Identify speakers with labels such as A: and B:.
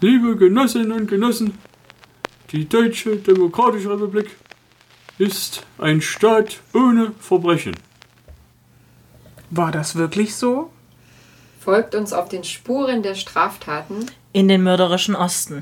A: Liebe Genossinnen und Genossen, die Deutsche Demokratische Republik ist ein Staat ohne Verbrechen.
B: War das wirklich so?
C: Folgt uns auf den Spuren der Straftaten
D: in den mörderischen Osten.